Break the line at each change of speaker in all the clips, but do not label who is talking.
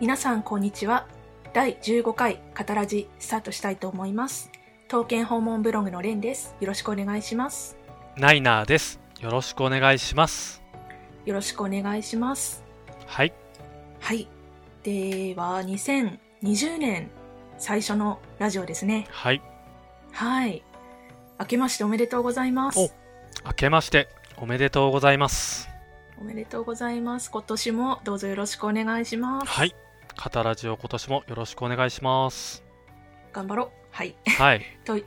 皆さんこんにちは第15回カタラジスタートしたいと思います刀剣訪問ブログのレンですよろしくお願いします
ナイナーです。よろしくお願いします。
よろしくお願いします
はい。
はいでは2020年最初のラジオですね
はい。
はい明けましておめでとうございます
お明けまして、おめでとうございます。
おめでとうございます今年もどうぞよろしくお願いします
はい。カタラジオ今年もよろしくお願いします。
頑張ろうはい
はい。
と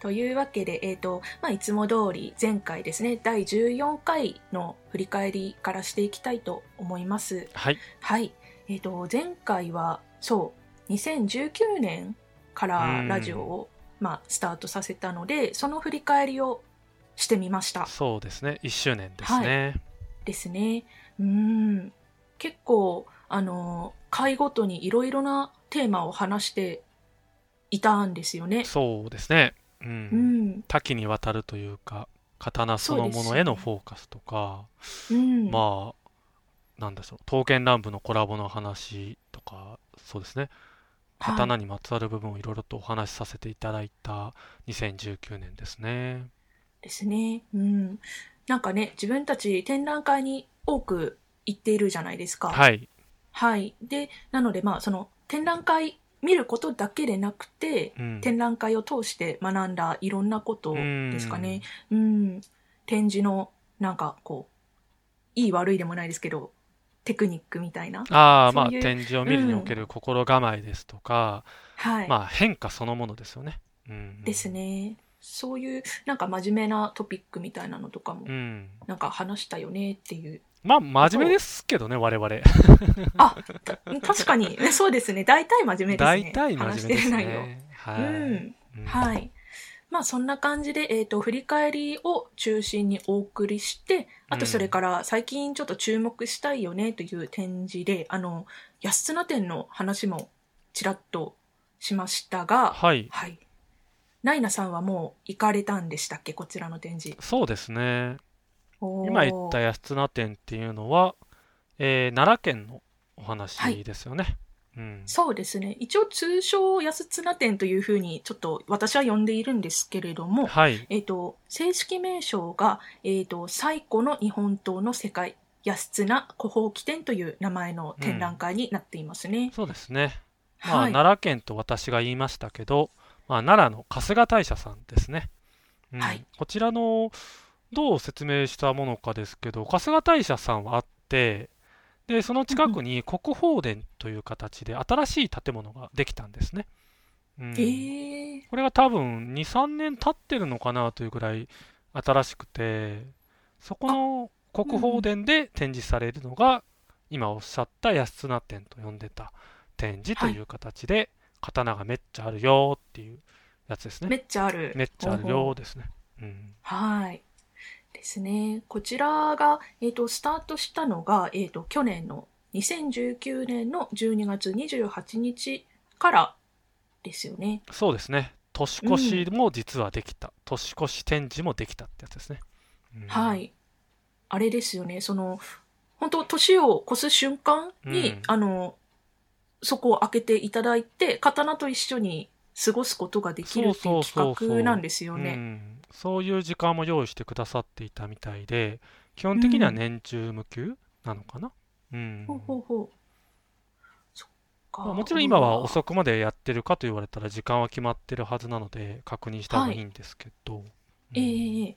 というわけで、えーとまあ、いつも通り前回ですね第14回の振り返りからしていきたいと思います。
はい。
はい、えー、と前回はそう2019年からラジオを、まあ、スタートさせたのでその振り返りをしてみました
そうですね。1周年ですね。
ですね。うん結構あの回ごとにいろいろなテーマを話していたんですよね。
そうですね。うん。
うん
多岐にわたるというか、刀そのものへのフォーカスとか、
うん
まあ、なんでしょう。刀剣乱舞のコラボの話とか、そうですね。刀にまつわる部分をいろいろとお話しさせていただいた2019年ですね。
ですね。うん。なんかね、自分たち展覧会に多く行っているじゃないですか。い。
はい。
はい。で、なのでまあ、その展覧会見ることだけでなくて、
うん
展覧会を通して学んだいろんなことですかね。うん。展示の、なんかこう、いい悪いでもないですけど、テクニックみたいな。
ああ、まあ、
そういう
展示を見るにおける心構えですとか、
はい。
まあ、変化そのものですよね。うん。
です。ね。そういう、なんか真面目なトピックみたいなのとかも
う、ん。
なんか話したよねっていう
まあ、真面目ですけどね、我々。
あ、た 確かに、そうですね。大体真面目ですね。
大体真面目で
話
す
してる内容
ね。はい。
う。
うんん
はい。まあそんな感じで、えっ、と、振り返りを中心にお送りして、あとそれから最近ちょっと注目したいよねという展示で、あの、安綱展の話もちらっとしましたが、
はい。
はい。ナイナさんはもう行かれたんでしたっけこちらの展示。
そうですね。
おー
今言った安綱店っていうのは、えー奈良県のお話ですよね。うん。
そうですね。一応通称安綱展というふうにちょっと私は呼んでいるんですけれども、
はい。
えっ、と、正式名称が、えっ、と、最古の日本刀の世界、安綱古宝器展という名前の展覧会になっていますね。
そうですね。まあ、
はい。
奈良県と私が言いましたけど、まあ、奈良の春日大社さんですね、うん
はい
こちらのどう説明したものかですけど春日大社さんはあってでその近くに国宝殿という形で新しい建物ができたんですね、うん
えー、
これが多分23年経ってるのかなというぐらい新しくてそこの国宝殿で展示されるのが今おっしゃった安綱展と呼んでた展示という形で、刀がめっちゃあるよっていうやつです
め
ね
っちゃある。
めっちゃある
ほうほ
よ
う。
ですね、うん、
はい。ですね。こちらが、えっ、と、スタートしたのが、えっ、と、去年の2019年の12月28日からですよね。
そうですね年越しも実はできた、年越し展示もできたってやつですね、うん
はい。あれですよね、その、本当年を越す瞬間に、
うん
あの、そこを開けていただいて、刀と一緒に過ごすことができるってい
そううそうそ
企
うそ
画
う
なんですよ
う
ね。
ん、そういう時間も用意してくださっていたみたいで基本的には
うん
年中無休なのかな、うん
ほうほうほう。そっか。
まあもちろん今は
く。
遅くまでやってるかと言われたら時間は決まってるはずなので確認した方がいいんですけど、
ええ
うんい
ええ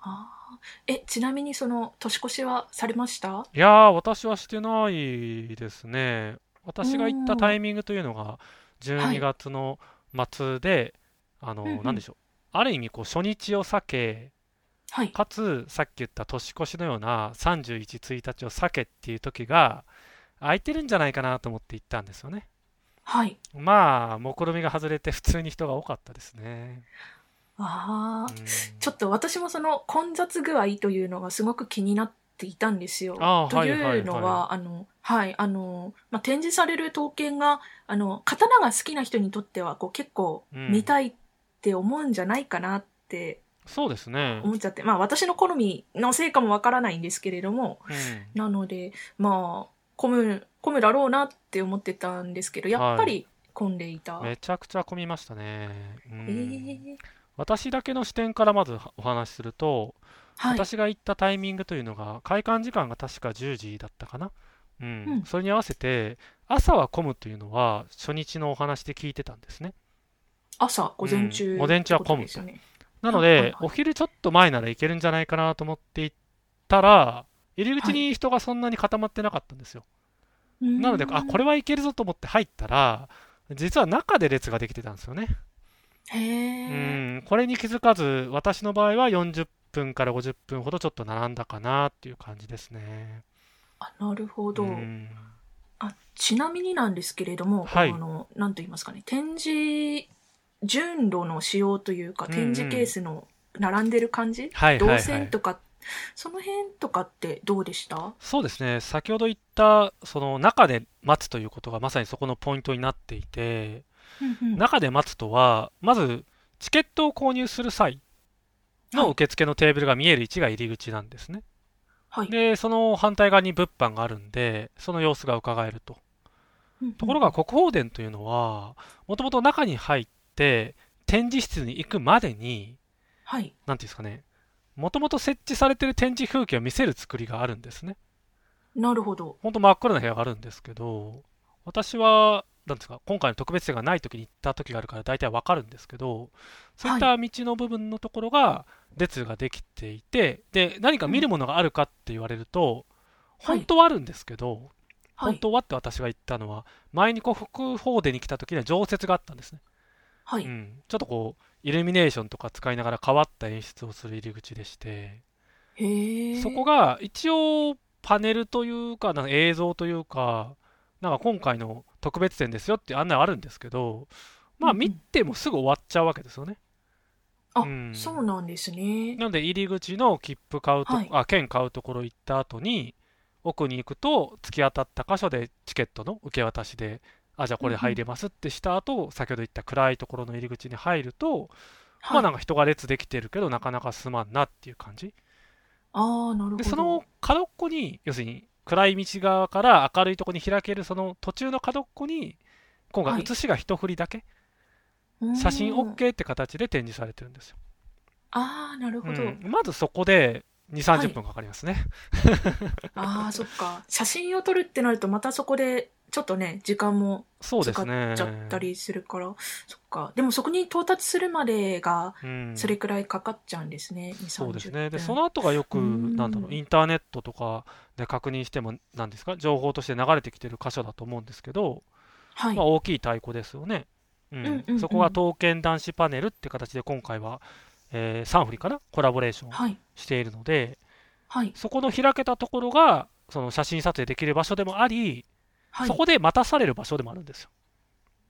ああ。え、ちなみにその、年越しはされました
やー私はしてないですね私が行ったタイミングというのが
はい
12月の末で、あの、
うんうん
なんでしょうある意味こう初日を避け
はい。
かつさっき言った年越しのような311日を避けっていう時が空いてるんじゃないかなと思って行ったんですよね
はい。
まあ目論見みが外れて普通に人が多かったですね
ああ。ちょ
っ
っと私もその混雑具合というのがすごく気になっていたんですよ。
あー
とい
はいはいう
のは、あの、はい、あの、まあ、展示される刀剣が、あの、刀が好きな人にとっては、こう結構
うん
見たいって思うんじゃないかなって
そうですね、
思っちゃって、まあ私の好みのせいかもわからないんですけれども、
うん
なので、まあ、混む混むだろうなって思ってたんですけどやっぱり混んでいた、
めちゃくちゃ混みましたね、う
え
ん
ー
私だけの視点からまずお話しすると、
はい
私が行ったタイミングというのが開館時間が確か10時だったかな、うん
うん
それに合わせて朝は混むというのは初日のお話で聞いてたんですね
朝午前中、
うん午前中は混む
ってことですよね
なの
はいはい
でお昼ちょっと前ならいけるんじゃないかなと思って行ったら入り口に人がそんなに固まってなかったんですよ、なのであこれはいけるぞと思って入ったら実は中で列ができてたんですよね
れへ
う
え、
ん、これに気づかず、私の場合は40分から50分ほどちょっと並んだかなっていう感じですね。
あなるほど、
うん
あちなみになんですけれども、
はい
あのなんと言いますかね展示順路の仕様というか
うんうん
展示ケースの並んでる感じ、
はいはい
動
はい
線とか、その辺とかってどうでした
そうですね、先ほど言った、その中で待つということがまさにそこのポイントになっていて、中で待つとは、まずチケットを購入する際の受付のテーブルが見える位置が入り口なんですね。
はい
で、その反対側に物販があるんで、その様子が伺えると。ところが国宝殿というのはもともと中に入って展示室に行くまでに
はい
何ていうんですかねもともと設置されてる展示風景を見せる作りがあるんですね
なるほど
ほんと真っ暗な部屋があるんですけど私はなんですか今回の特別展がない時に行った時があるから大体わかるんですけどそういった道の部分のところが列ができていてで何か見るものがあるかって言われると
はい
本当はあるんですけど、
は
本
い
当はって私が言ったのは前に国宝殿に来た時には常設があったんですね、
はい、
うん、ちょっとこうイルミネーションとか使いながら変わった演出をする入り口でして、
へえ
そこが一応パネルというかなんか映像というかなんか今回の特別展ですよって案内はあるんですけどまあ
うんうん
見てもすぐ終わっちゃうわけですよね、
あ、
うん
そうなんですね
なので入り口の切符買うと、
はい
あ券買うところ行った後に奥に行くと突き当たった箇所でチケットの受け渡しであじゃあこれ入れますってした後、先ほど言った暗いところの入り口に入ると、まあな
か
んか人が列できてるけどなかなか進まんなっていう感じ
あーなるほど
でその角っこに要するに暗い道側から明るいところに開けるその途中の角っこに今
は
回
い
写しが一振りだけ、
うん
写真 OK って形で展示されてるんですよ、
ああなるほど、
うんまずそこで2 3
はい
0分かかりますね、
ああそっか写真を撮るってなるとまたそこでちょっとね時間も
そうですね
ちゃったりするから、そっかでもそこに到達するまでが
うん
それくらいかかっちゃうんですね、2
そうですね。で、
30
その後がよく、
うん
なんだろう、インターネットとかで確認しても、なんですか、情報として流れてきてる箇所だと思うんですけど、
はい、
まあ、大きい太鼓ですよね。うん
うんうんうん
そこが刀剣男子パネルって形で、今回は、えーサンフリかな、コラボレーションを
はい
しているので、
はい
そこの開けたところが、その写真撮影できる場所でもあり、
はい
そこで待たされる場所でもあるんですよ。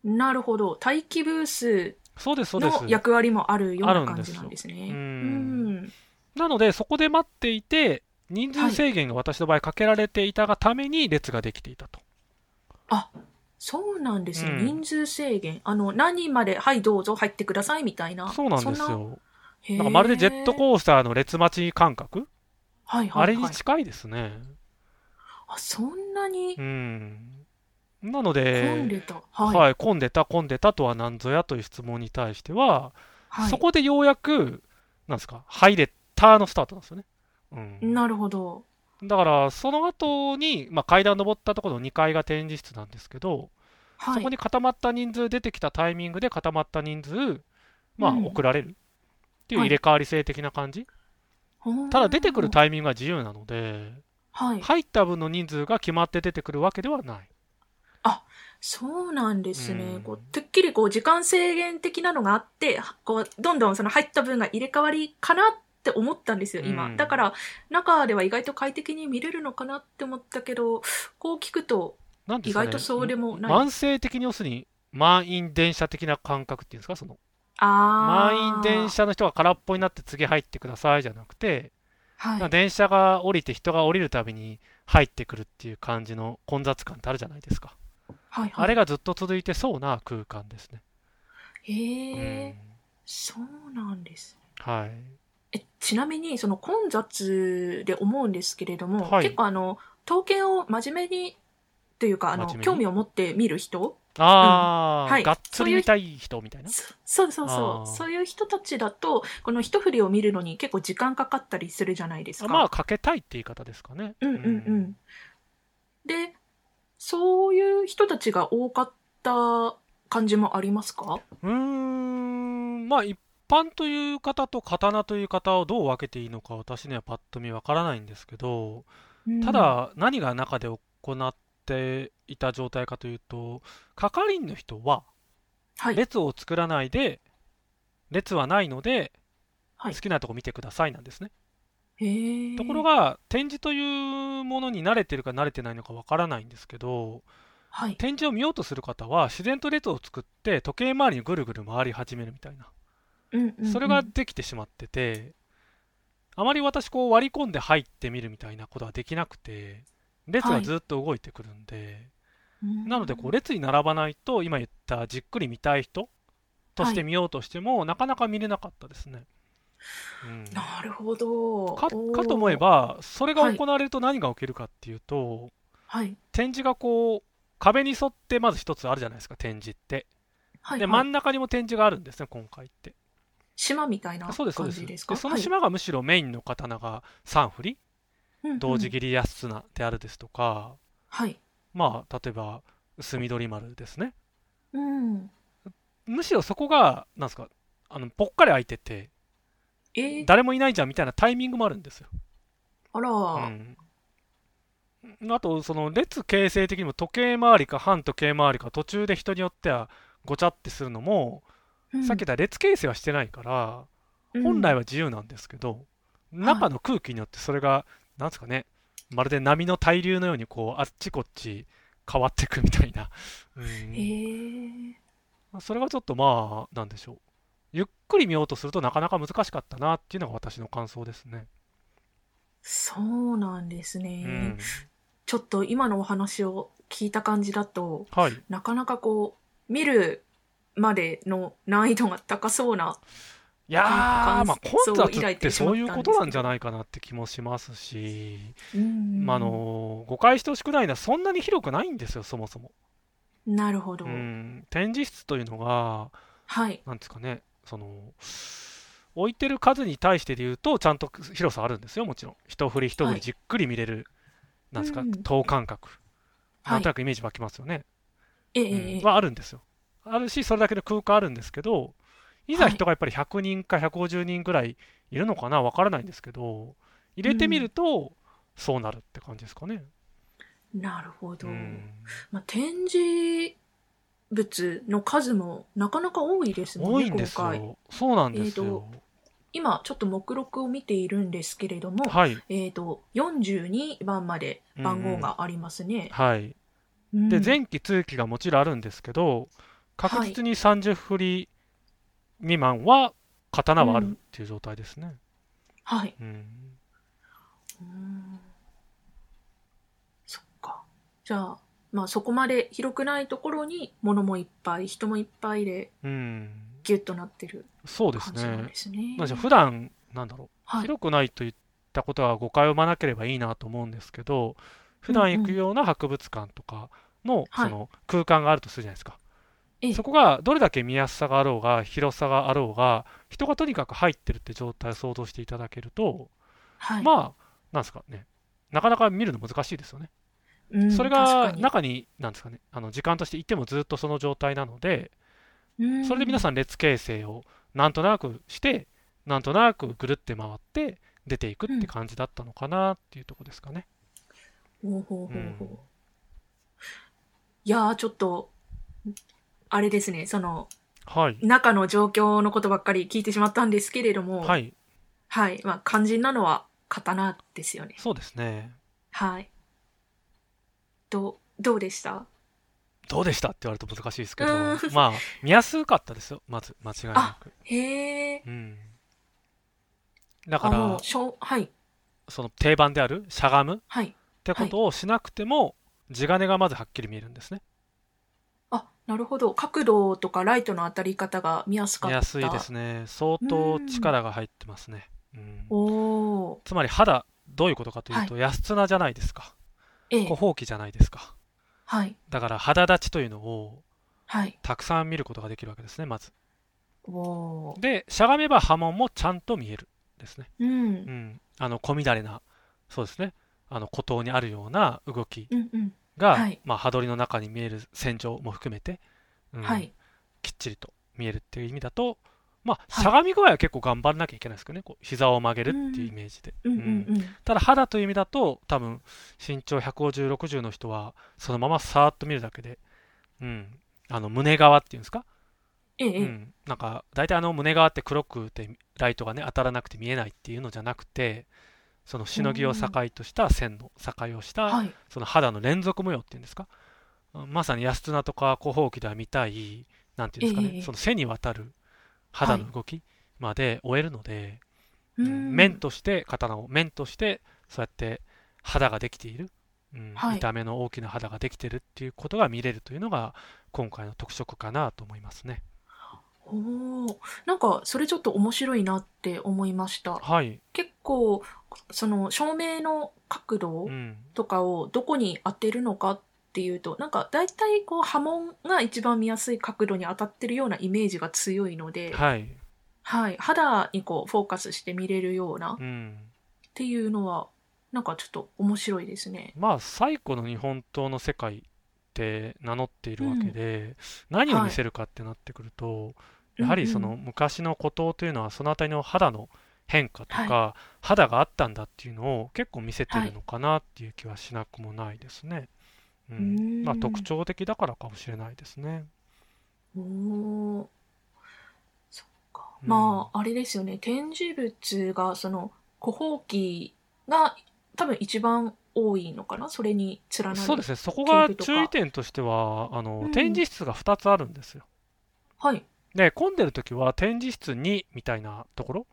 なるほど待機ブース
そうです、そうです。
の役割もあるよう
あ
な
るん
感
です
じ
よ
なんですね
うん
うん
なので、そこで待っていて、人数制限が私の場合かけられていたがために列ができていたと。
そうなんですね、
うん
人数制限あの何人まではいどうぞ入ってくださいみたいな
そうなんですよ。
そん
なんかまるでジェット
ー
コースターの列待ち感覚、
はいはい、はい、
あれに近いですね。
あそんなに
うん。な
混
の
ん
で、
でた、
はい、
はい、
混んでた、混んでたとは何ぞやという質問に対しては、
はい、
そこでようやく、なんですか、入れたのスタートなんですよね。うん、
なるほど
だから、その後に、まあ、階段登ったところの2階が展示室なんですけど、
はい
そこに固まった人数出てきたタイミングで固まった人数、まあ、
うん
送られるっていう
はい
入れ替わり性的な感じ、ただ出てくる
タ
タイミングが自由なので、
はい
入った分の人数が決まって出てくるわけではない。
そうなんですね、
うん
こうてっきりこう時間制限的なのがあってこうどんどんその入った分が入れ替わりかなって思ったんですよ今、
うん
だから中では意外と快適に見れるのかなって思ったけどこう聞くと
なんで
意
すかね、
外とそうでもない、
慢性的に要するに満員電車的な感覚っていうんですかその
あー
満員電、車の人が空っぽになって次入ってくださいじゃなくて、
はい
なんか電車が降りて人が降りるたびに入ってくるっていう感じの混雑感ってあるじゃないですか、
はいはい、
あれがずっと続いてそうな空間ですね、
へえ、
うん
そうなんです
はい
えちなみにその混雑で思うんですけれども、
はい
結構あの統計を真面目にというか、あの
真面目、に
興味を持って見る人
ああ、
うんはい
がっつり見たい人みたいな。
そそうそう
あー
そう。そういう人たちだと、この一振りを見るのに結構時間かかったりするじゃないです
あ
か。
まあ、かけたいって言い方ですかね。
うんうんうん。で、そういう人たちが多かった感じもありますか
うん。うーん、まあ、一般という方と刀という方をどう分けていいのか、私にはパッと見わからないんですけど、た、だ、何が中で行っていた状態かというと、係員の人は、
はい。
列を作らないで、列はないので、
はい
好きなとこ見てくださいなんですね。
へえ
ところ、が、展示というものに慣れてるか慣れてないのかわからないんですけど、
はい。
展示を見ようとする方は、自然と列を作って、時計回りにぐるぐる回り始めるみたいな、
うんうんうん
それができてしまってて、あまり私、こう割り込んで入ってみるみたいなことはできなくて、列がずっと動いてくるんで、なので、こう列に並ばないと、今言ったじっくり見たい人として見ようとしても、なかなか見れなかったですね。うん
うんなるほど。
かか
おー
と思え。ば、それが
はい
行われると何が起きるかっていうと、
はい。
展示がこう、壁に沿ってまず一つあるじゃないですか、展示って。
はい。
で、
は
真
い
ん中にも展示があるんですね、今回って。
島みたいな
そうです、そ
感
うです。
じ
で
ですか
その島がむしろメインの刀が3振り、
はい
同時
うんうん
切り安綱であるですとか、
はい。
まあ、例えば、薄緑丸ですね。
うん。
むしろそこが、なんですか、あの、ぽっかり空いてて、
えー、
誰もいないじゃんみたいなタイミングもあるんですよ。
あら、
うん、あとその列形成的にも時計回りか反時計回りか途中で人によってはごちゃってするのも、
うん
さっき言った列形成はしてないから、
うん
本来は自由なんですけど中の空気によってそれがなんですかねまるで波の対流のようにこうあっちこっち変わっていくみたい な、うん
へー
それがちょっとまあなんでしょうゆっくり見ようとするとなかなか難しかったなっていうのが私の感想ですね。
そうなんですね、
うん、
ちょっと今のお話を聞いた感じだと、
はい
なかなかこう、見るまでの難易度が高そうな。
いやー、
なん
ま
か
あ、
感
混
想を
雑
抱い
って
てし
そ
ま
う
っ
いう
たん
こ
ですけど
となんじゃないかなって気もしますし、
うん
まあ、あのー誤解してほしくないのはそんなに広くないんですよ、そもそも。
なるほど。
うん、展示室というのが、
はい。
なんですかね、その、置いてる数に対してで言うと、ちゃんと広さあるんですよ、もちろん。一振り一振
は
り
い
じっくり見れる、なんですか
うん、
等間隔。な
は
ん
い
と。なくイメージ湧きますよね。
ええ
うん
ええ
はあるんですよ。あるし、それだけの空間あるんですけど、いざ
はい
人がやっぱり100人か150人ぐらいいるのかな、わからないんですけど、入れてみると、そうなるって感じですかね。
なるほど。
うん
まあ、展示物の数もなかなか多いですもん
多
ね、
いんです
今回。
よ。そうなんですよ。
今、ちょっと目録を見ているんですけれども、
はい。
えっ、と、42番まで番号がありますね。
はい。
うん
で、前期、通期がもちろんあるんですけど、確実に30振り未満は、刀はあるっていう状態ですね。
はい。
うん
うーんそっか。じゃあ、まあそこまで広くないところに物もいっぱい、人もいっぱいで
うん。
ギュッとなってる
そうです
感じなん
ね
で。すね。
なんでしょう普段、なんだろう。
はい。
広くないといったことは誤解を生まなければいいなと思うんですけど普段行くような博物館とかの
は
そ
い
の空間があるとするじゃないですか、
ええ
そこがどれだけ見やすさがあろうが広さがあろうが人がとにかく入ってるって状態を想像していただけると、
はい。
まあなんですかねなかなか見るの難しいですよね、
うん
それ
確
が
かに
中になんですかねあの時間としていてもずっとその状態なので
うん
それで皆さん列形成をなんとなくしてなんとなくぐるって回って出ていくって感じだったのかなっていうとこですかね。
ほうほうほうほう
うん
いやー、ちょっと、あれですね、その、
はい、
中の状況のことばっかり聞いてしまったんですけれども、。
はいい、
はい。まあ肝心なのは刀ですよね。
そうですね。
はい。どう、どうでした
どうでしたって言われると難しいですけど
う、ん
まあ見やすかったですよ。まず間違いなく。
へえ。
うん。だか
あの、
ら
しょう、はい、
その定番であるしゃがむっ
はい。
てことをしなくても地金がまずはっきり見えるんですね。
あ、なるほど。角度とかライトの当たり方が見やすかっ
見
た。
やすいですね。相当力が入ってますね。うん
おお
つまり肌どういうことかというと安綱じゃないですか。
ー。ええ
小。ほうきじゃないですか。
はい
だから肌立ちというのを
はい
たくさん見ることができるわけですねまず
おー
でしゃがめば波紋もちゃんと見えるですね
うん
う、んあの小乱れなそうですねあの孤島にあるような動き
うんうん
が、
はい
まあ、羽鳥の中に見える線上も含めて、うん
はい
きっちりと見えるっていう意味だと、まあ、
はい
しゃがみ具合は結構頑張らなきゃいけないですけどねこう膝を曲げるっていうイメージで、
うんうん
うん
うん
ただ肌という意味だと多分身長15060の人はそのままさーっと見るだけで、うん、あの胸側っていうんですか、
ええ、
うん、なんか大体あの胸側って黒くてライトがね当たらなくて見えないっていうのじゃなくてそのしのぎを境とした線の境をした、
はい
その肌の連続模様っていうんですかまさに安綱とか広報機では見たいなんていうんですかね、
ええ
その背にわたる肌の動きまで終えるので、
う
うん
ん
面として刀を面としてそうやって肌ができている、うん
はい
見た目の大きな肌ができてるっていうことが見れるというのが今回の特色かなと思いますね。
おーなんかそれちょっと面白いなって思いました
はい、
結構その照明の角度
うん
とかをどこに当てるのかっていうとなんか大体こう波紋が一番見やすい角度に当たってるようなイメージが強いので、
はい
はい、肌にこうフォーカスして見れるようなっ
うん
ていうのはなんかちょっと面白いですね。
まあ最古の日本刀の世界って名乗っているわけで、何を見せるかってなってくると、やはりそ
うんう
の
ん
昔の古刀というのはその辺りの肌の変化とか、肌があったんだっていうのを結構見せてるのかなっていう気はしなくもないですね。う
うー
ん
ん
まあ、特徴的だからかもしれないですね。
おーそっか
うん
まああれですよね展示物がその古法器が多分一番多いのかなそれに連なる
そうですねそこが
研究とか
注意点としてはあの、
うん
展示室が2つあるんですよ。
はい
で混んでる時は展示室2みたいなところ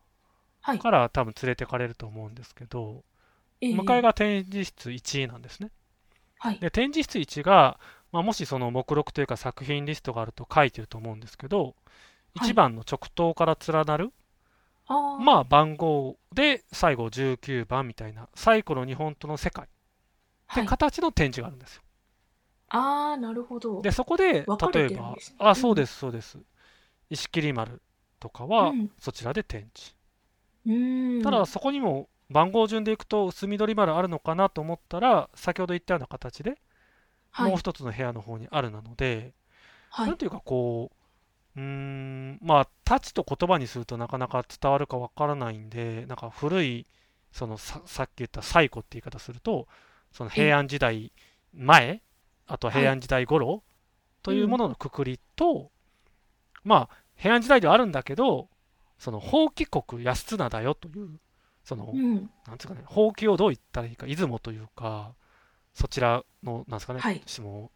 はい
から多分連れてかれると思うんですけど、
ええ
向かいが展示室1なんですね。
はい
で展示室1が、まあ、もしその目録というか作品リストがあると書いてると思うんですけど
はい
1番の直刀から連なる、
あー
まあ番号で最後19番みたいな最古の日本刀の世界って
はい
形の展示があるんですよ。
あーなるほど
でそこで
分か
例
れ
え
てるん
ば
ですね
あそうですそうです石切丸とかは
うん
そちらで展示。
うーん
ただそこにも番号順でいくと薄緑丸あるのかなと思ったら先ほど言ったような形で
はい
もう一つの部屋の方にあるなので。
は
ないんていうかこううーんまあタチと言葉にするとなかなか伝わるかわからないんでなんか古いそのささっき言った最古って言い方するとその平安時代前あとは平安時代頃、というもののくくりと、まあ平安時代ではあるんだけどその法規国安綱だよというその、
うん
なんつうかね、ほうきをどう言ったらいいか、出雲というか、そちらの、なんですかね、
はい
しも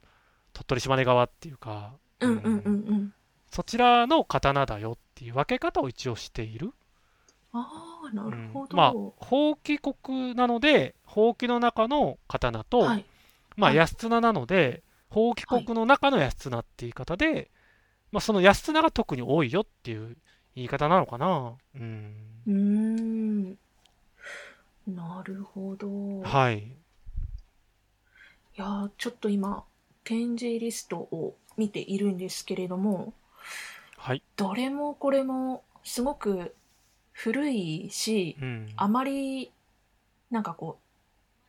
鳥取島根側っていうか、
うんうんうんうん
そちらの刀だよっていう分け方を一応している。
ああなるほ
う
ど、
んまあ、ほうき国なので、ほうきの中の刀と、
はい
まあ、
はい
安綱なので、ほうき国の中の安綱って言い方で、まあ、その安綱が特に多いよっていう言い方なのかな。うん。
うーんなるほど
はい。
いやーちょっと今展示リストを見ているんですけれども
はい。
どれもこれもすごく古いし
うん。
あまりなんかこう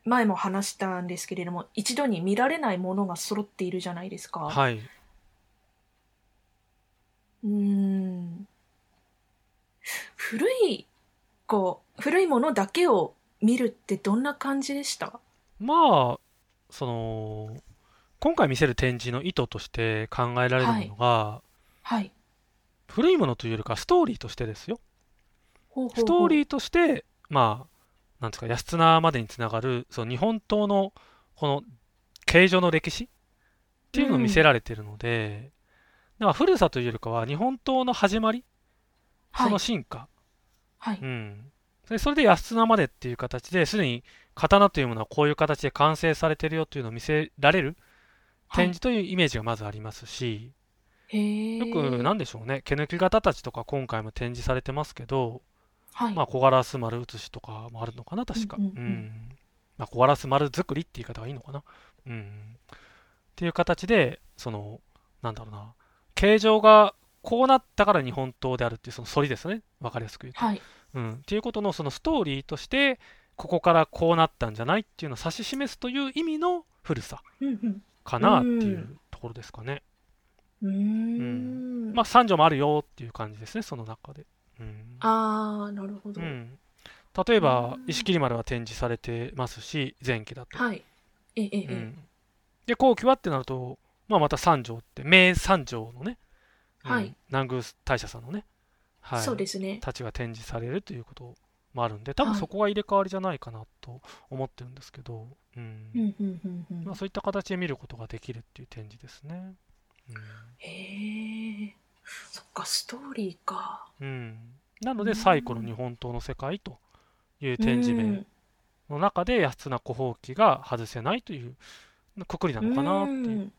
前も話したんですけれども一度に見られないものが揃っているじゃないですか。
はい。
うーん古いこう古いものだけを見るってどんな感じでした
まあその今回見せる展示の意図として考えられるものが、
はい。
古いものというよりかストーリーとしてですよ
ほうほうほう
ストーリーとしてまあなんですか安綱までにつながるその日本刀のこの形状の歴史っていうのを見せられてるので、だから古さというよりかは日本刀の始まり
は
そ
い
の。進化、
はい。
うん、でそれで安綱までっていう形ですでに刀というものはこういう形で完成されてるよというのを見せられる展示というイメージがまずあります
は
し、
いへ
よく
ー
何でしょうね毛抜き型たちとか今回も展示されてますけど、
はい。
まあ、小ガラス丸写しとかもあるのかな確か、
うんうんうん
まあ、小ガラス丸作りって言い方がいいのかな、うん、ってっていう形でそのなんだろうな形状がこうなったから日本刀であるっていうその反りですねわかりやすく言うと。
はい。
うん、っていうことのそのストーリーとしてここからこうなったんじゃないっていうのを指し示すという意味の古さ
うん
かなっていううところですかね。
うん。うー。
うんまあ三条もあるよっていう感じですねその中で。うん
ああ、なるほ
う
ど。
ん、例えば
うん
石切丸は展示されてますし前期だと。
はい。えええ
う
え。
ん、で後期はってなると、まあ、また三条って名三条のね、うん
はい
南宮大社さんのね、はい、
そうですね。
たちが展示されるということもあるんで多分
はい
そこが入れ替わりじゃないかなと思ってるんですけど、うん
うんうんうんうん
まあ、そういった形で見ることができるっていう展示ですね。
へえ。そっか、ストーリーか。
うんうんな
う
ので
ん
最古の日本刀の世界という展示
う
名
ん
の中で安綱小宝器が外せないというくくりなのかなっていう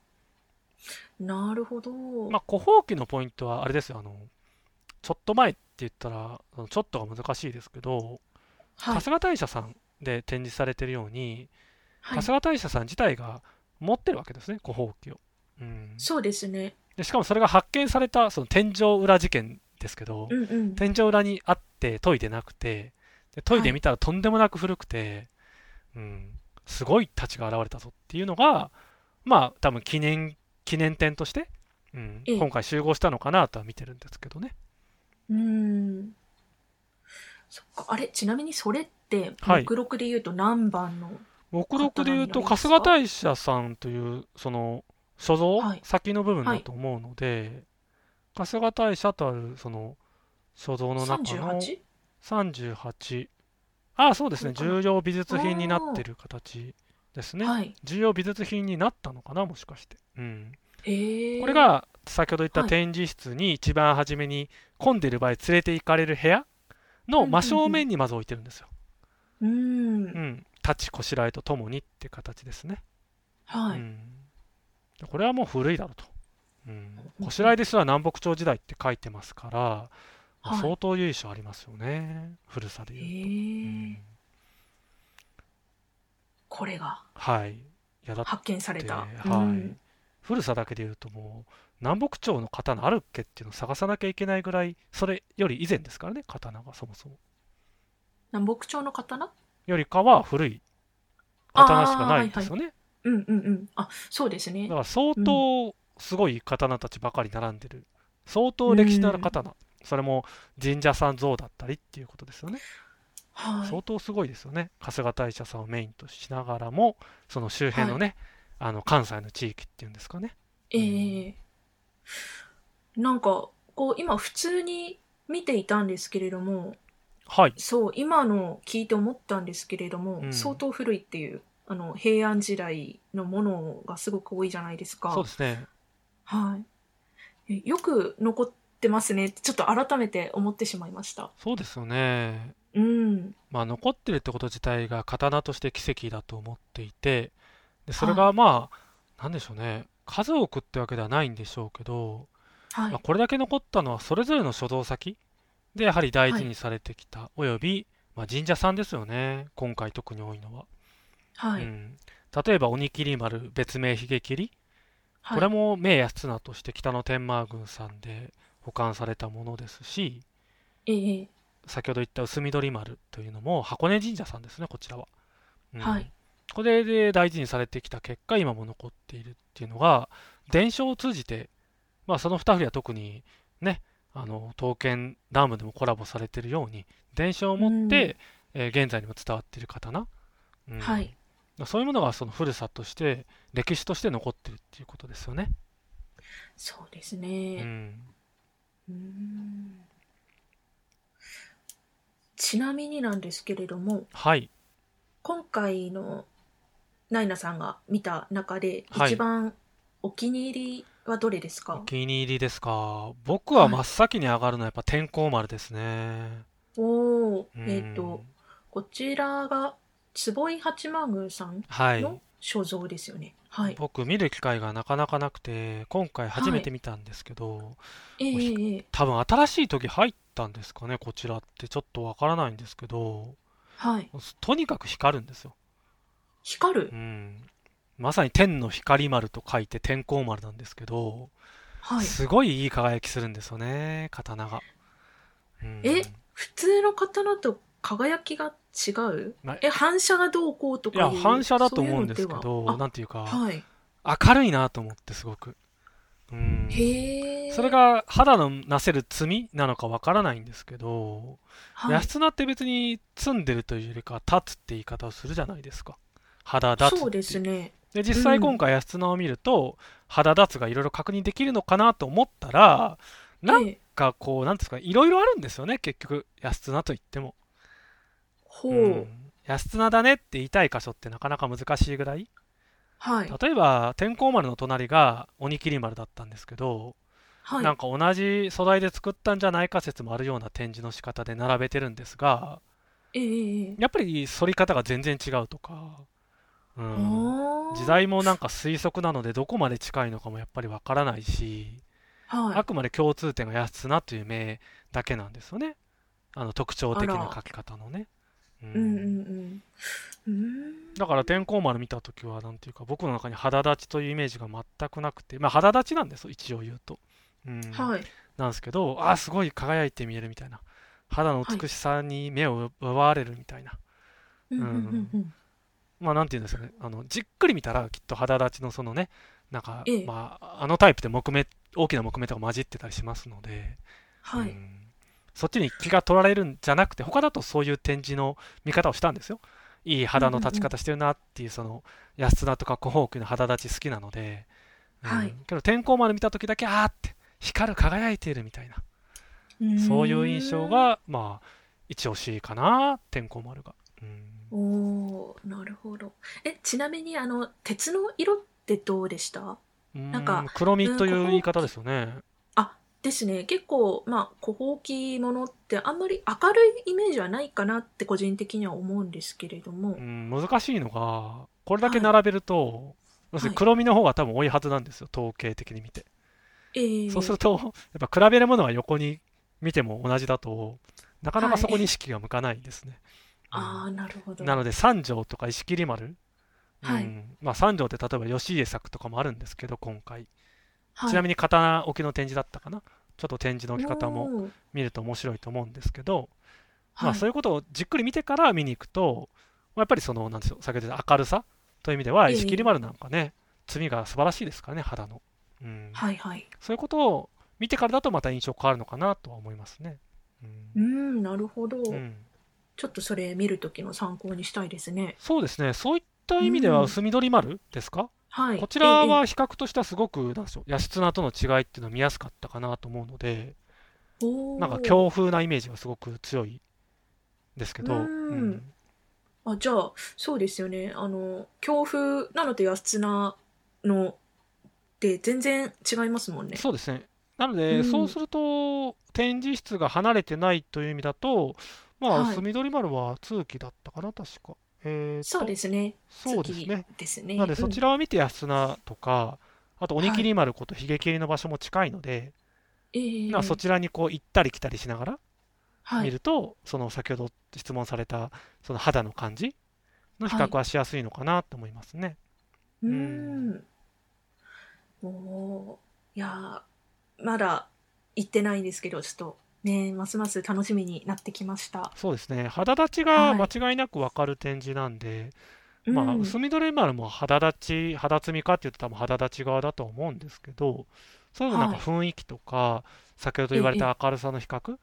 うんなるほど。
まあ、小ほうきのポイントはあれですよ、あの、ちょっと前って言ったら、あのちょっとが難しいですけど、
はい。
春日大社さんで展示されてるように、
はい
春日大社さん自体が持ってるわけですね、小ほうきを。うん、
そうですね。
でしかもそれが発見されたその天井裏事件ですけど、
うんうん。
天井裏にあって研いでなくて、で研いでみたらとんでもなく古くて、うん、すごい太刀が現れたぞっていうのが、まあ多分記念記念展として、うん
ええ
今回集合したのかなとは見てるんですけどね。
うん。そっか、あれ、ちなみにそれって、
はい
目録で言うと何番の、
目録で言うと
刀になります
春
か
日大社さんというその所蔵、
はい
先の部分だと思うので、春日大社とあるその所蔵の中の
38?
38ああそうですね
これかな
重要美術品になってる形ですね
はい。
重要美術品になったのかなもしかして、うん、
へえ。
これ、が先ほど言った
はい
展示室に一番初めに混んでる場合連れて行かれる部屋の真正面にまず置いてるんですよ、
うん。
うん、立ちこしらえとともにって形ですね、
はい。
うん、これはもう古いだろうと、うん、こしらえですら南北朝時代って書いてますから、まあ
はい
相当由緒ありますよね古さで
へ
言うと。う
え
ん。
これが
はい。いやだっ
発見され
て、
た。
はい。
うん
古さだけで言うともう、南北朝の刀あるっけっていうのを探さなきゃいけないぐらい、それより以前ですからね、刀がそもそも。
南北朝の刀
よりかは古い刀しかないんですよね。
うんうんうん。あ、そうですね
だか。ら相当すごい刀たちばかり並んでる。相当歴史のある刀。それも神社さん像だったりっていうことですよね。
はい。
相当すごいですよね春日大社さんをメインとしながらもその周辺のね、あの関西の地域っていうんですかね
ええなんか、こう、今普通に見ていたんですけれども、
はい
そう、今の聞いて思ったんですけれども、
うん
相当古いっていう、あの、平安時代のものがすごく多いじゃないですか。
そうですね
はい。えよく残ってますねって、ちょっと改めて思ってしまいました。
そうですよね
うん。
まあ残ってるってこと自体が刀として奇跡だと思っていてでそれ
は
がまあなんでしょうね数多くってわけではないんでしょうけど、
はい。
まあ、これだけ残ったのはそれぞれの所蔵先でやはり大事にされてきた、および、まあ、神社さんですよね今回特に多いのは、
は
う
い。
ん、例えば鬼切丸別名髭切り
はい。
これも名安綱として北の天満宮さんで保管されたものですし
ええ
先ほど言った薄緑丸というのも箱根神社さんですねこちらは、うん
はい
これで大事にされてきた結果今も残っているっていうのが伝承を通じて、まあ、その2人は特にねあの刀剣ダムでもコラボされているように伝承を持って、えー現在にも伝わっている刀、うん
はい。
そういうものがその古さとして歴史として残ってるっていうことですよね。
そうです
う
ね。
ん
うんちなみになんですけれども、
はい、
今回のナイナさんが見た中で、
はい
一番お気に入りはどれです
お
か
気に入りですか。僕は
は
真
い
っ先に上がるのはやっぱ天候丸ですね。
おお、
うん
えっ、と、こちらが坪井八幡宮さん
はい。
の所蔵ですよね。はい。
僕見る機会がなかなかなくて、今回初めて見たんですけど、
ええええええ
多分新しい時入ったんですかね、こちらってちょっとわからないんですけど、
はい。
とにかく光るんですよ。
光る
う。ん。まさに天の光丸と書いて天光丸なんですけど、
はい。
すごいいい輝きするんですよね、刀が。うん
え普通の刀と輝きが違う
まあ
え、反射がどうこうと
い
か
や、
う
反射だと思うんですけ
そういう
ど、
のでは
なんていう
あ
か、
はい。
明るいなと思って、すごく。うん
へえ。
それ、が肌のなせる罪なのかわからないんですけど、
はい、
安綱って別に積んでるというよりか、立つって言い方をするじゃないですか。肌立つってい。
そうですね。
で実際
うん
今回安綱を見ると、肌立つがいろいろ確認できるのかなと思ったらなん
ええ
かこうなんですかいろいろあるんですよね結局安綱といっても、
ほう、
うん安綱だねって言いたい箇所ってなかなか難しいぐらい
はい。
例えば天候丸の隣が鬼切り丸だったんですけど、
はい。
なんか同じ素材で作ったんじゃないか説もあるような展示の仕方で並べてるんですが
ええええ。
やっぱり反り方が全然違うとか、うん、
あー
時代もなんか推測なのでどこまで近いのかもやっぱりわからないし、
はい。
あくまで共通点が安綱という名だけなんですよねあの特徴的
あ
な
ら
書き方のね、う
うんう
ん
んうん。うーん。
だから天候丸見た時はなんていうか僕の中に肌立ちというイメージが全くなくてまあ肌立ちなんですよ一応言うと、うん
はい。
なんですけどあーすごい輝いて見えるみたいな肌の美しさに目を奪われるみたいな、
うんうんうんうん。
まあなんていうんですかねあのじっくり見たらきっと肌立ちのそのねなんか、
ええ
まあ、あのタイプで木目大きな木目とか混じってたりしますので、
は
う
い。
んそっちに気が取られるんじゃなくて他だとそういう展示の見方をしたんですよいい肌の立ち方してるなっていうその安田とか小ホークの肌立ち好きなので、うん
はい
けど天候丸見た時だけあーって光る輝いているみたいな
うーん
そういう印象。がまあ一押しかな天候丸が、うん、
おーなるほど。え、ちなみに、あの、鉄の色ってどうでしたなんか
う黒みとい
うん
う言い方ですよね、
あ、ですね。結構、まあ、小ほうきものってあんまり明るいイメージはないかなって個人的には思うんですけれども
う。ん、難しいのがこれだけ並べると、要するに黒みの方が多分多いはずなんですよ統計的に見て。
ええ
そうすると、やっぱ比べるものは横に見ても同じだと、なかなかそこに意識が向かないですね。
ああ、なるほ
う
ど。
んなので、三条とか石切り丸、
はい
うんまあ、三条って例えば吉家作とかもあるんですけど、今回、
はい
ちなみに刀置きの展示だったかな、ちょっと展示の置き方も
おー
見ると面白いと思うんですけど、
はい。
まあ、そういうことをじっくり見てから見に行くと、まあやっぱりその、なんでしょう、先ほど言った明るさという意味では、
ええ
石切り丸なんかね、罪が素晴らしいですからね、肌の。うん
はいはい。
そういうことを見てからだとまた印象変わるのかなとは思いますね。
う
う
ー
ん
ん、なるほど。
うん
ちょっとそれ見るときの参考にしたいですね。
そうですね、そういった意味では
うん
薄緑丸ですか、
はい。
こちら
え
は比較としてはすごく、なんでしょう、安綱との違いっていうのは見やすかったかなと思うので、
え、おー
なんか強風なイメージがすごく強いですけど、
うん
うん
あ、じゃあ、そうですよね。あの、強風なのと安綱のって全然違いますもんね。
そうですね。なの
う
で、
ん
そうすると、展示室が離れてないという意味だと、まあ、
はい
薄緑丸は通期だったかな、確か。えーと
そうですね。
そうです
好
ね。
きですね。
なのでそち
ら、
らを見て安綱とか、あと鬼切り丸ことひげ切りの場所も近いので、
ええ
まあそちらにこう行ったり来たりしながら
は
見
い。
ると、その先ほど質問されたその肌の感じの比較はしやすいのかなと思いますね。
うーん。おーいやーまだ行ってないんですけど、ちょっとね、ますます楽しみになってきました。
そうですね肌立ち
は
が
い
間違いなく分かる展示なんで、
うん
まあ薄緑丸も肌立ち肌摘みかっていうと多分肌立ち側だと思うんですけどそういうのなんか
はい
雰囲気とか、先ほど言われた明るさの比較っ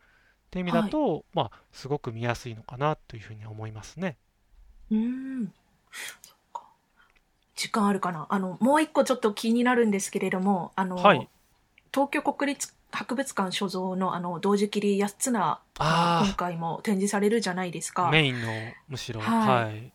て意味だと、まあすごく見やすいのかなというふうに思いますね。
うーん。そっか時間あるかなあの、もう一個ちょっと気になるんですけれども、あの、
はい
東京国立博物館所蔵のあの、同時切り安綱が
あー
今回も展示されるじゃないですか。
メインのむしろ
はい
はい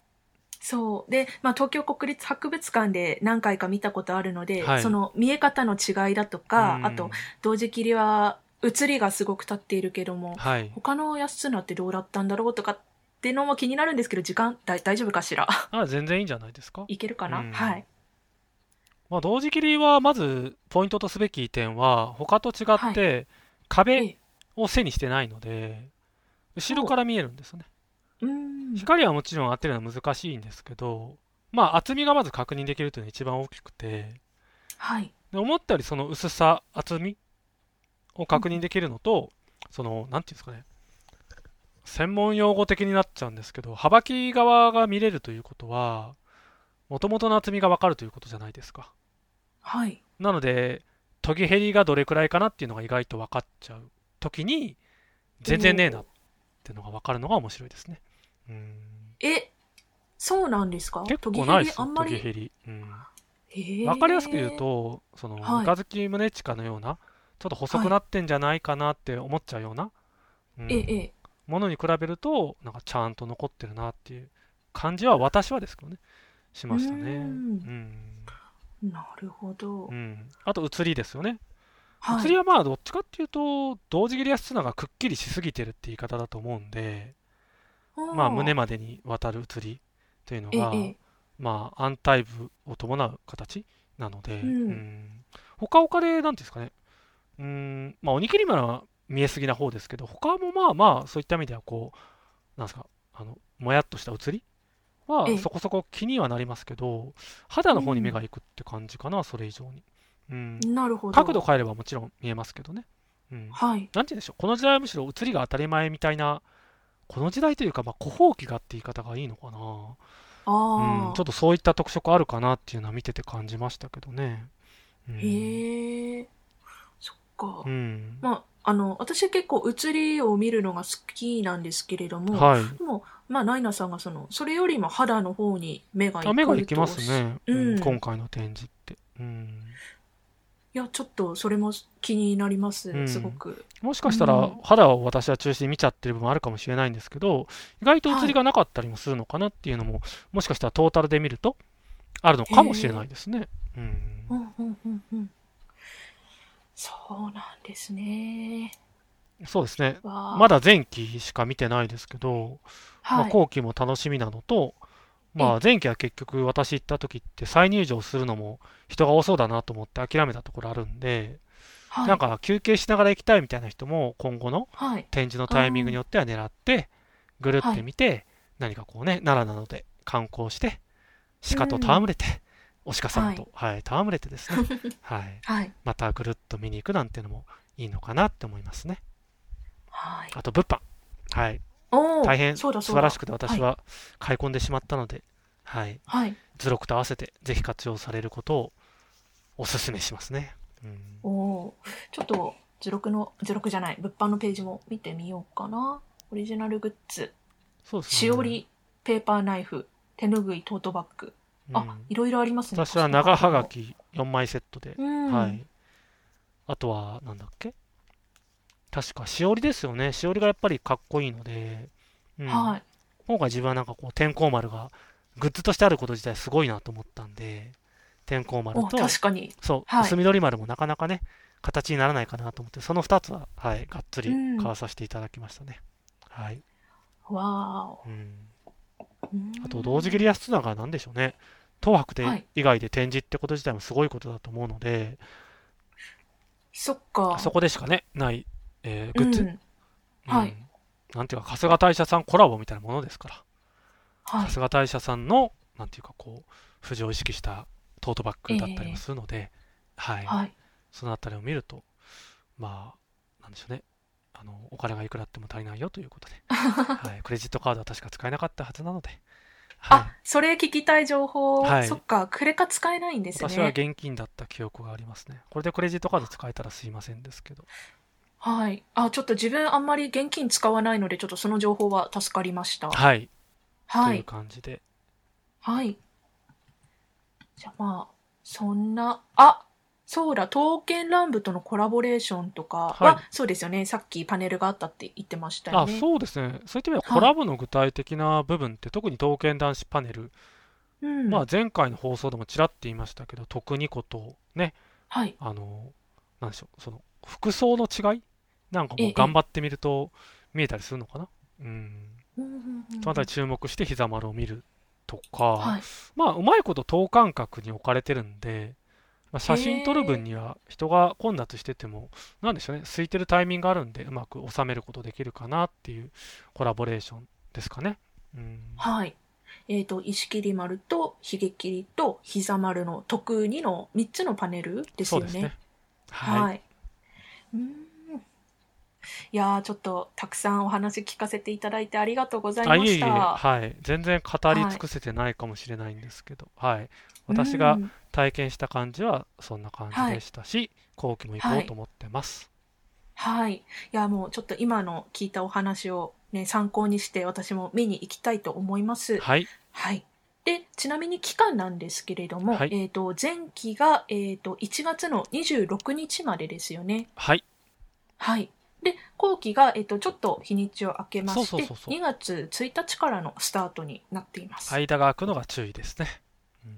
そう。で、まあ、東京国立博物館で何回か見たことあるので、
はい
その見え方の違いだとか、
うん
あと、同時切りは写りがすごく立っているけども、
はい
他の安綱ってどうだったんだろうとかってのも気になるんですけど、時間だ大丈夫かし ら
あ全然いいんじゃないですか、
いけるかな、
うん
はい。
まあ、同時切りはまずポイントとすべき点は他と違って、
え
壁
え
を背にしてないので後ろから見えるんですね
うん。
光はもちろん当てるのは難しいんですけど、まあ厚みがまず確認できるというのが一番大きくて
はい。
で思ったよりその薄さ厚みを確認できるのと、そのなんていうんですかね専門用語的になっちゃうんですけどはばき側が見れるということはもともとの厚みがわかるということじゃないですか
はい。
なので研ぎ減りがどれくらいかなっていうのが意外と分かっちゃう時に全然ねえなっていうのが分かるのが面白いですねうん
え、そうなんですか
結構ない
途切れ
です
あ
よ
んま
研ぎ
り。
減り、うん
へー
分かりやすく言う、とその
はい
三日月宗近のようなちょっと細くなってんじゃないかなって思っちゃうような、うん
ええ、
ものに比べるとなんかちゃんと残ってるなっていう感じは私はですけどねしましたね
うーん
うん
なるほど。
うんあと写りですよね
は
釣り
い。
はまあどっちかっていうと同時切りやすさがくっきりしすぎてるって言い方だと思うんで、まあ胸
ま
までにわたる写りというの
え
が、
え、
まあ安泰部を伴う形なので、
うん
んほかほかでなんていうんですかねうんまあおにぎりまは見えすぎな方ですけど他もまあまあそういった意味ではこうなんですかあのもやっとした写りは
ええ
そこそこ気にはなりますけど肌の方に目がいくって感じかな、それ以上に、うん、
なるほど。
角度変えればもちろん見えますけどね、うん、
はい。
なんて言うんでしょうこの時代はむしろ写りが当たり前みたいなこの時代というか、まあ、古法期がって言い方がいいのかな、
あ
うん、
あ
ちょっ。とそういった特色あるかなっていうのは見てて感じましたけどね、うん
へえ。そっか
う。ん
まあ、あの、私結構写りを見るのが好きなんですけれども、
はい
でも、まあ、ナイナさんがその、それよりも肌の方に目が行く
あ目が行きますね、
うん
うん今回の展示って、うん、
いや、ちょっとそれも気になります、
うん
すごく。
もしかした
う
ら
ん
肌を私は中心に見ちゃってる部分あるかもしれないんですけど意外と写りがなかったりもするのかなっていうのも、もしかしたらトータルで見るとあるのかもしれないですね、うん
うんうんうんうん。そうなんですね。
そうですね。
わあ
まだ前期しか見てないですけど、まあ
はい。
後期も楽しみなのと、まあ、前期は結局私行った時って再入場するのも人が多そうだなと思って諦めたところあるんで、
はい
なんか休憩しながら行きたいみたいな人も今後の
はい。
展示のタイミングによっては狙ってぐるってみて、何かこうね奈良なので観光して鹿と戯れて、お鹿さんと、はい戯れてで すね、はい、
はい。
またぐるっと見に行くなんてのもいいのかなって思いますね。
はい。
あと物販。はい。
おー
大変
そうだそ
素
う
晴
だ
らしくて私は買い込んでしまったので、はい。
はい。
図録と合わせてぜひ活用されることをお勧めしますね。うん
おおーちょっと、図録の、図録じゃない、物販のページも見てみようかな。オリジナルグッズ、
そうですね。
しおり、ペーパーナイフ、手ぬぐい、トートバッグ。
うん
あ、いろいろありますね。
私は長はがき4枚セットで
う、ん。
はい。あとは、なんだっけ確か、しおりですよね。しおりがやっぱりかっこいいので、うん
はい。
今回自分はなんかこう、天候丸がグッズとしてあること自体すごいなと思ったんで、天候丸
お
と、
確かに。
そう、
はい
薄緑丸もなかなかね、形にならないかなと思って、その2つは、はい、がっつり
うん
買わさせていただきましたね。はい。
わ
うん、
ーお。うん
あと、同時切りやすさが何でしょうね。東博
は
で
い
以外で展示ってこと自体もすごいことだと思うので、
そっか。
そこでしかね、ない、えーグッズ、
う
うん
んはい
なんていうか、春日大社さんコラボみたいなものですから、
はい。
春日大社さんの、なんていうか、こう、浮上を意識したトートバッグだったりもするので、はい、
はい。
そのあたりを見ると、まあ、なんでしょうね。あの、お金がいくらあっても足りないよということで、 はい、クレジットカードは確か使えなかったはずなので、はい、
あ、それ聞きたい情報。
はい
そっか。クレカ使えないんです
私は
ね。
現金だった記憶がありますね。これでクレジットカード使えたらすいませんですけど。
はい。あ、ちょっと自分あんまり現金使わないので、ちょっとその情報は助かりました。
はい、
は
という
い。
感じで。
はい。じゃあまあ、そんな、あ、そうだ、刀剣乱舞とのコラボレーションとかは、
はい
そうですよね。さっきパネルがあったって言ってましたよ
あ、
ね。
そうですね。そういった意味で
は
はコ
い
ラボの具体的な部分って、特に刀剣男子パネル、
うん。
まあ前回の放送でもちらっと言いましたけど、特にことね、
はい。
あの、なんでしょう、その服装の違いなんか
え
も
え
う頑張ってみると見えたりするのかな。うん。
うんうんうん
そのあたり注目して膝丸を見るとか、
はい。
まあうまいこと等間隔に置かれてるんで、まあ、写真撮る分には人が混雑してても、なんでしょうね、空いてるタイミングがあるんで、うまく収めることできるかなっていうコラボレーションですかね。うん。
はい。えー、と石切丸と髭切と膝丸の特2の3つのパネルです
そう
よ
です
ね。
ね。はい。
はい。うーんいやーちょっとたくさんお話聞かせていただいてありがとうござい
あ
ま
いえ
し
いえ、
た。
はい、全然語り尽くせてないかもしれないんですけど、はい、私
う
が
ん
体験した感じはそんな感じでしたし、後期も行こ
は
う
い
と思ってます。
はい。いや、もうちょっと今の聞いたお話をね、参考にして私も見に行きたいと思います。
はい、
はい。で、ちなみに期間なんですけれども、
はい
えっ、と、前期が、えっ、と、1月の26日までですよね。
はい、
はい。で、後期が、えっ、と、ちょっと日にちを明けまして、
そうそうそうそう
2月1日からのスタートになっています。
間が空くのが注意ですね。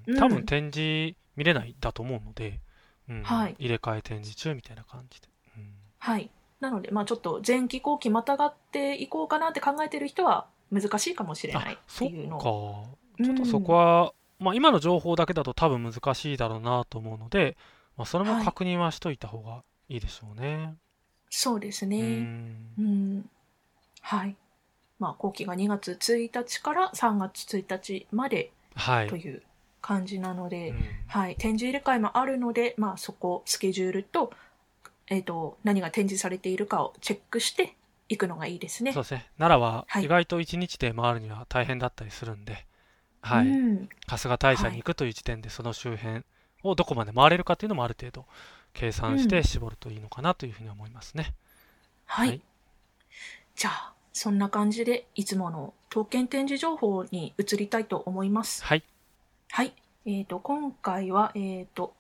う、
うんん
多分展示見れないだと思うので、うん
はい
入れ替え展示中みたいな感じで。うん
はい。なので、まあちょっと前期後期またがっていこうかなって考えてる人は難しいかもしれないっ、
あ
て
そっ
いうの
か。
を。
ちょっとそこは、まあ、今の情報だけだと多分難しいだろうなと思うので、まあ、それも確認はしといた方がいいでしょうね。
そうですね。
うん
うん、はい。まあ、後期が2月1日から3月1日まで
はい
と。いう感じなので、
うん
はい。展示入れ替えもあるので、まあ、そこ、スケジュールと、えっ、と、何が展示されているかをチェックしていくのがいいですね。
そうですね。奈良は
はい
意外と1日で回るには大変だったりするんで、はい。
うん、
春日大社に行くという時点で、その周辺をどこまで回れるかというのもある程度計算して絞るといいのかなというふうに思いますね。
はい。
はい
じゃあ、そんな感じで、いつもの刀剣展示情報に移りたいと思います。
はい。
はい。えっ、と、今回は、えっ、と、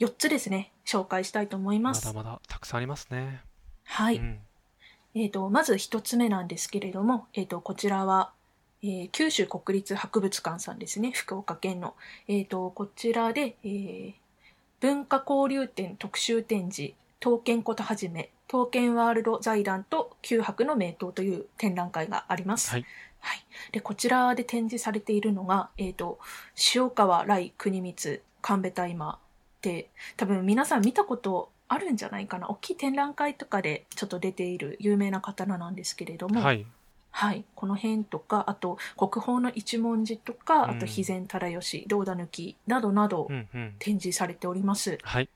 4つですね、紹介したいと思い
ま
ます
だ。まだたくさんありますね。
は
う
い。
ん
えっ、と、まず一つ目なんですけれども、えっ、と、こちらは、えー九州国立博物館さんですね、福岡県の。えっ、と、こちらで、えー文化交流展特集展示、刀剣ことはじめ、刀剣ワールド財団と旧博の名刀という展覧会があります。
はい。
はい。で、こちらで展示されているのが、えっ、と、塩川来国光神戸大麻って、多分皆さん見たことあるんじゃないかな。大きい展覧会とかでちょっと出ている有名な刀なんですけれども、。
はいい。
この辺とか、あと、国宝の一文字とか、あ
うん
と、肥前忠義、銅田抜きなどなど
うんうん。
展示されております。
はい。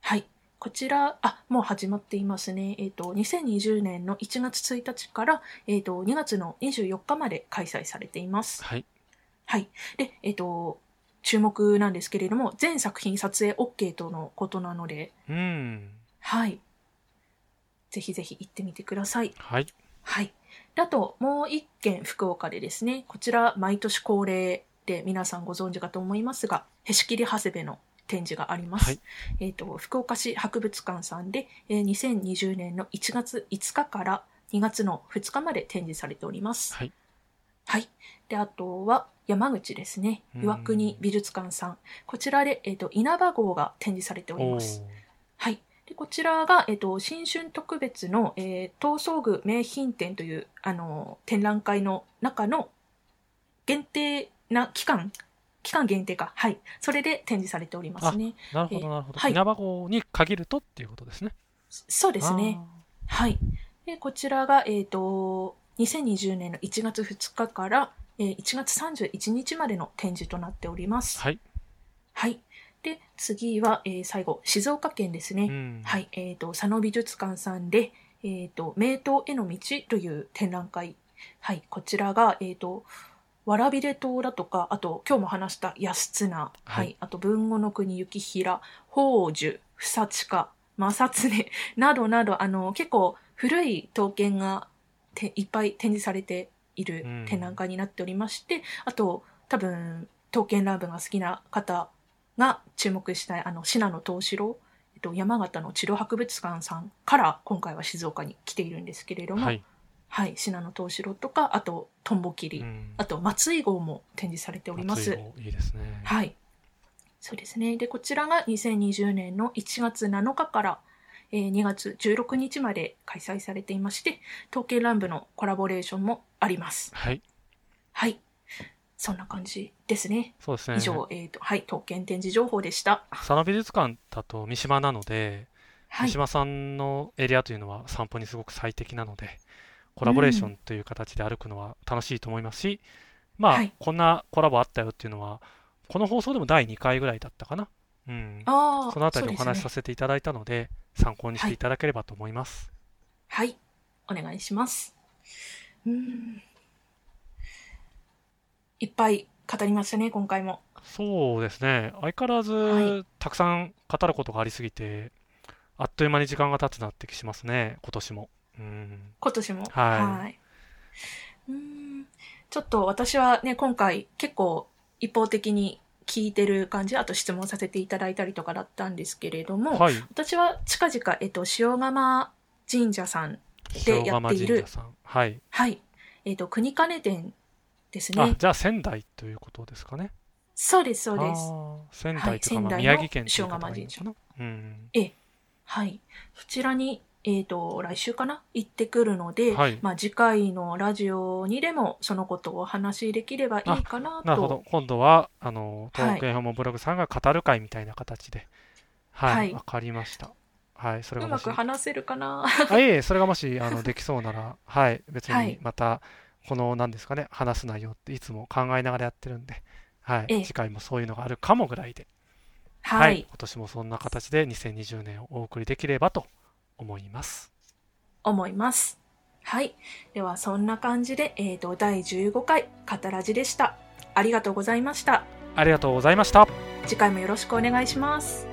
はい。こちら、あ、もう始まっていますね。えっ、と、2020年の1月1日から、えっ、と、2月の24日まで開催されています。
はい。
はい。で、えっ、と、注目なんですけれども、全作品撮影 OK とのことなので、
うん。
はい。ぜひぜひ行ってみてください。
はい。
はい。であと、もう一件福岡でですね、こちら毎年恒例で皆さんご存知かと思いますが、へし切り長谷部の展示があります。
はい
えっ、と、福岡市博物館さんで、えー2020年の1月5日から2月の2日まで展示されております。
はい。
はい。で、あとは山口ですね。
うん
岩国美術館さん。こちらで、えっ、と、稲葉号が展示されており
お
ます。
ー
はい。で、こちらが、えっと、新春特別の、えー、東総具名品展という、あのー、展覧会の中の限定な期間、期間限定か。はい。それで展示されておりますね。
なるほど、なるほど。
はい
稲葉号に限るとっていうことですね。
そそうですね。
あー。
はい。で、こちらが、えっ、と、2020年の1月2日から、えー1月31日までの展示となっております。
はい。
はい。で、次は、えー最後、静岡県ですね。
うん
はい、えっ、と、佐野美術館さんで、えっ、と、名刀への道という展覧会。はい、こちらが、えっ、と、わらびれ島だとか、あと、今日も話した安綱、はい、
はい
あと、文後の国幸平、宝珠、房近、正恒などなど、あの、結構古い刀剣がていっぱい展示されている
うん
展覧会になっておりまして、あと、多分、刀剣乱舞が好きな方が注目したい、あの、信濃東四郎、えっと、山形の治療博物館さんから、今回は静岡に来ているんですけれども、
は
はい、
い。
信濃東四郎とか、あと、トンボ切り、
うん
あと、松井号も展示されておりま
熱
す
い。号いいですね。
はい。そうですね。で、こちらが2020年の1月7日から、えー2月16日まで開催されていまして、東京乱舞のコラボレーションもあります。
はい。
はい。そんな感じですね。
そうですね。
以上、えっ、と、はい、刀剣展示情報でした。
佐野美術館だと三島なので、
は
三
い。
島さんのエリアというのは散歩にすごく最適なのでコラボレーションという形で歩くのは楽しいと思いますし、まあ、
はい
こんなコラボあったよっていうのは、この放送でも第2回ぐらいだったかな。うん。
ああ、
そのあたりお
そうで
話し
す
さ
ね、
せていただいたので、参考にしていただければと思います。
はい。お願いします。うーん。いっぱい語りましたね、今回も。
そうですね。相変わらず、
は
たくさん語ることがありすぎて、あっという間に時間が経つなって気しますね、今年も。うん。
今年も。
はい
いうーん。ちょっと私はね、今回結構一方的に聞いてる感じ、あと質問させていただいたりとかだったんですけれども、
はい。
私は近々、えっと、塩釜神社さん、
塩釜
やっている
神社さん。はい。
はい。えっと、国金店です
あ
ね、。
じゃあ仙台ということですかね。
そうです、そうです。
あー仙台とい
はい仙
うか、まあ
台の
宮城県という方がいいのかな。うん。
はい。そちらに、えっ、と、来週かな行ってくるので、
はい
まあ次回のラジオにでもそのことをお話しできればいいかなと。
なるほど。今度は、あの、
はい
東京訪問ブログさんが語る会みたいな形で。は。
はいい
わ、かりました。はい。それ
う
がも
ま
し、
く
あ、
話せるかな
いえいえ、それがもし、あの、できそうなら、はい。別
は
に
い、
また、この、なんですかね、話す内容っていつも考えながらやってるんで、はい。
ええ
次回もそういうのがあるかもぐらいで、
はい、
今年もそんな形で2020年をお送りできればと思います。
思います。はい。では、そんな感じで、えっ、と、第15回、カタラジでした。ありがとうございました。
ありがとうございました。
次回もよろしくお願いします。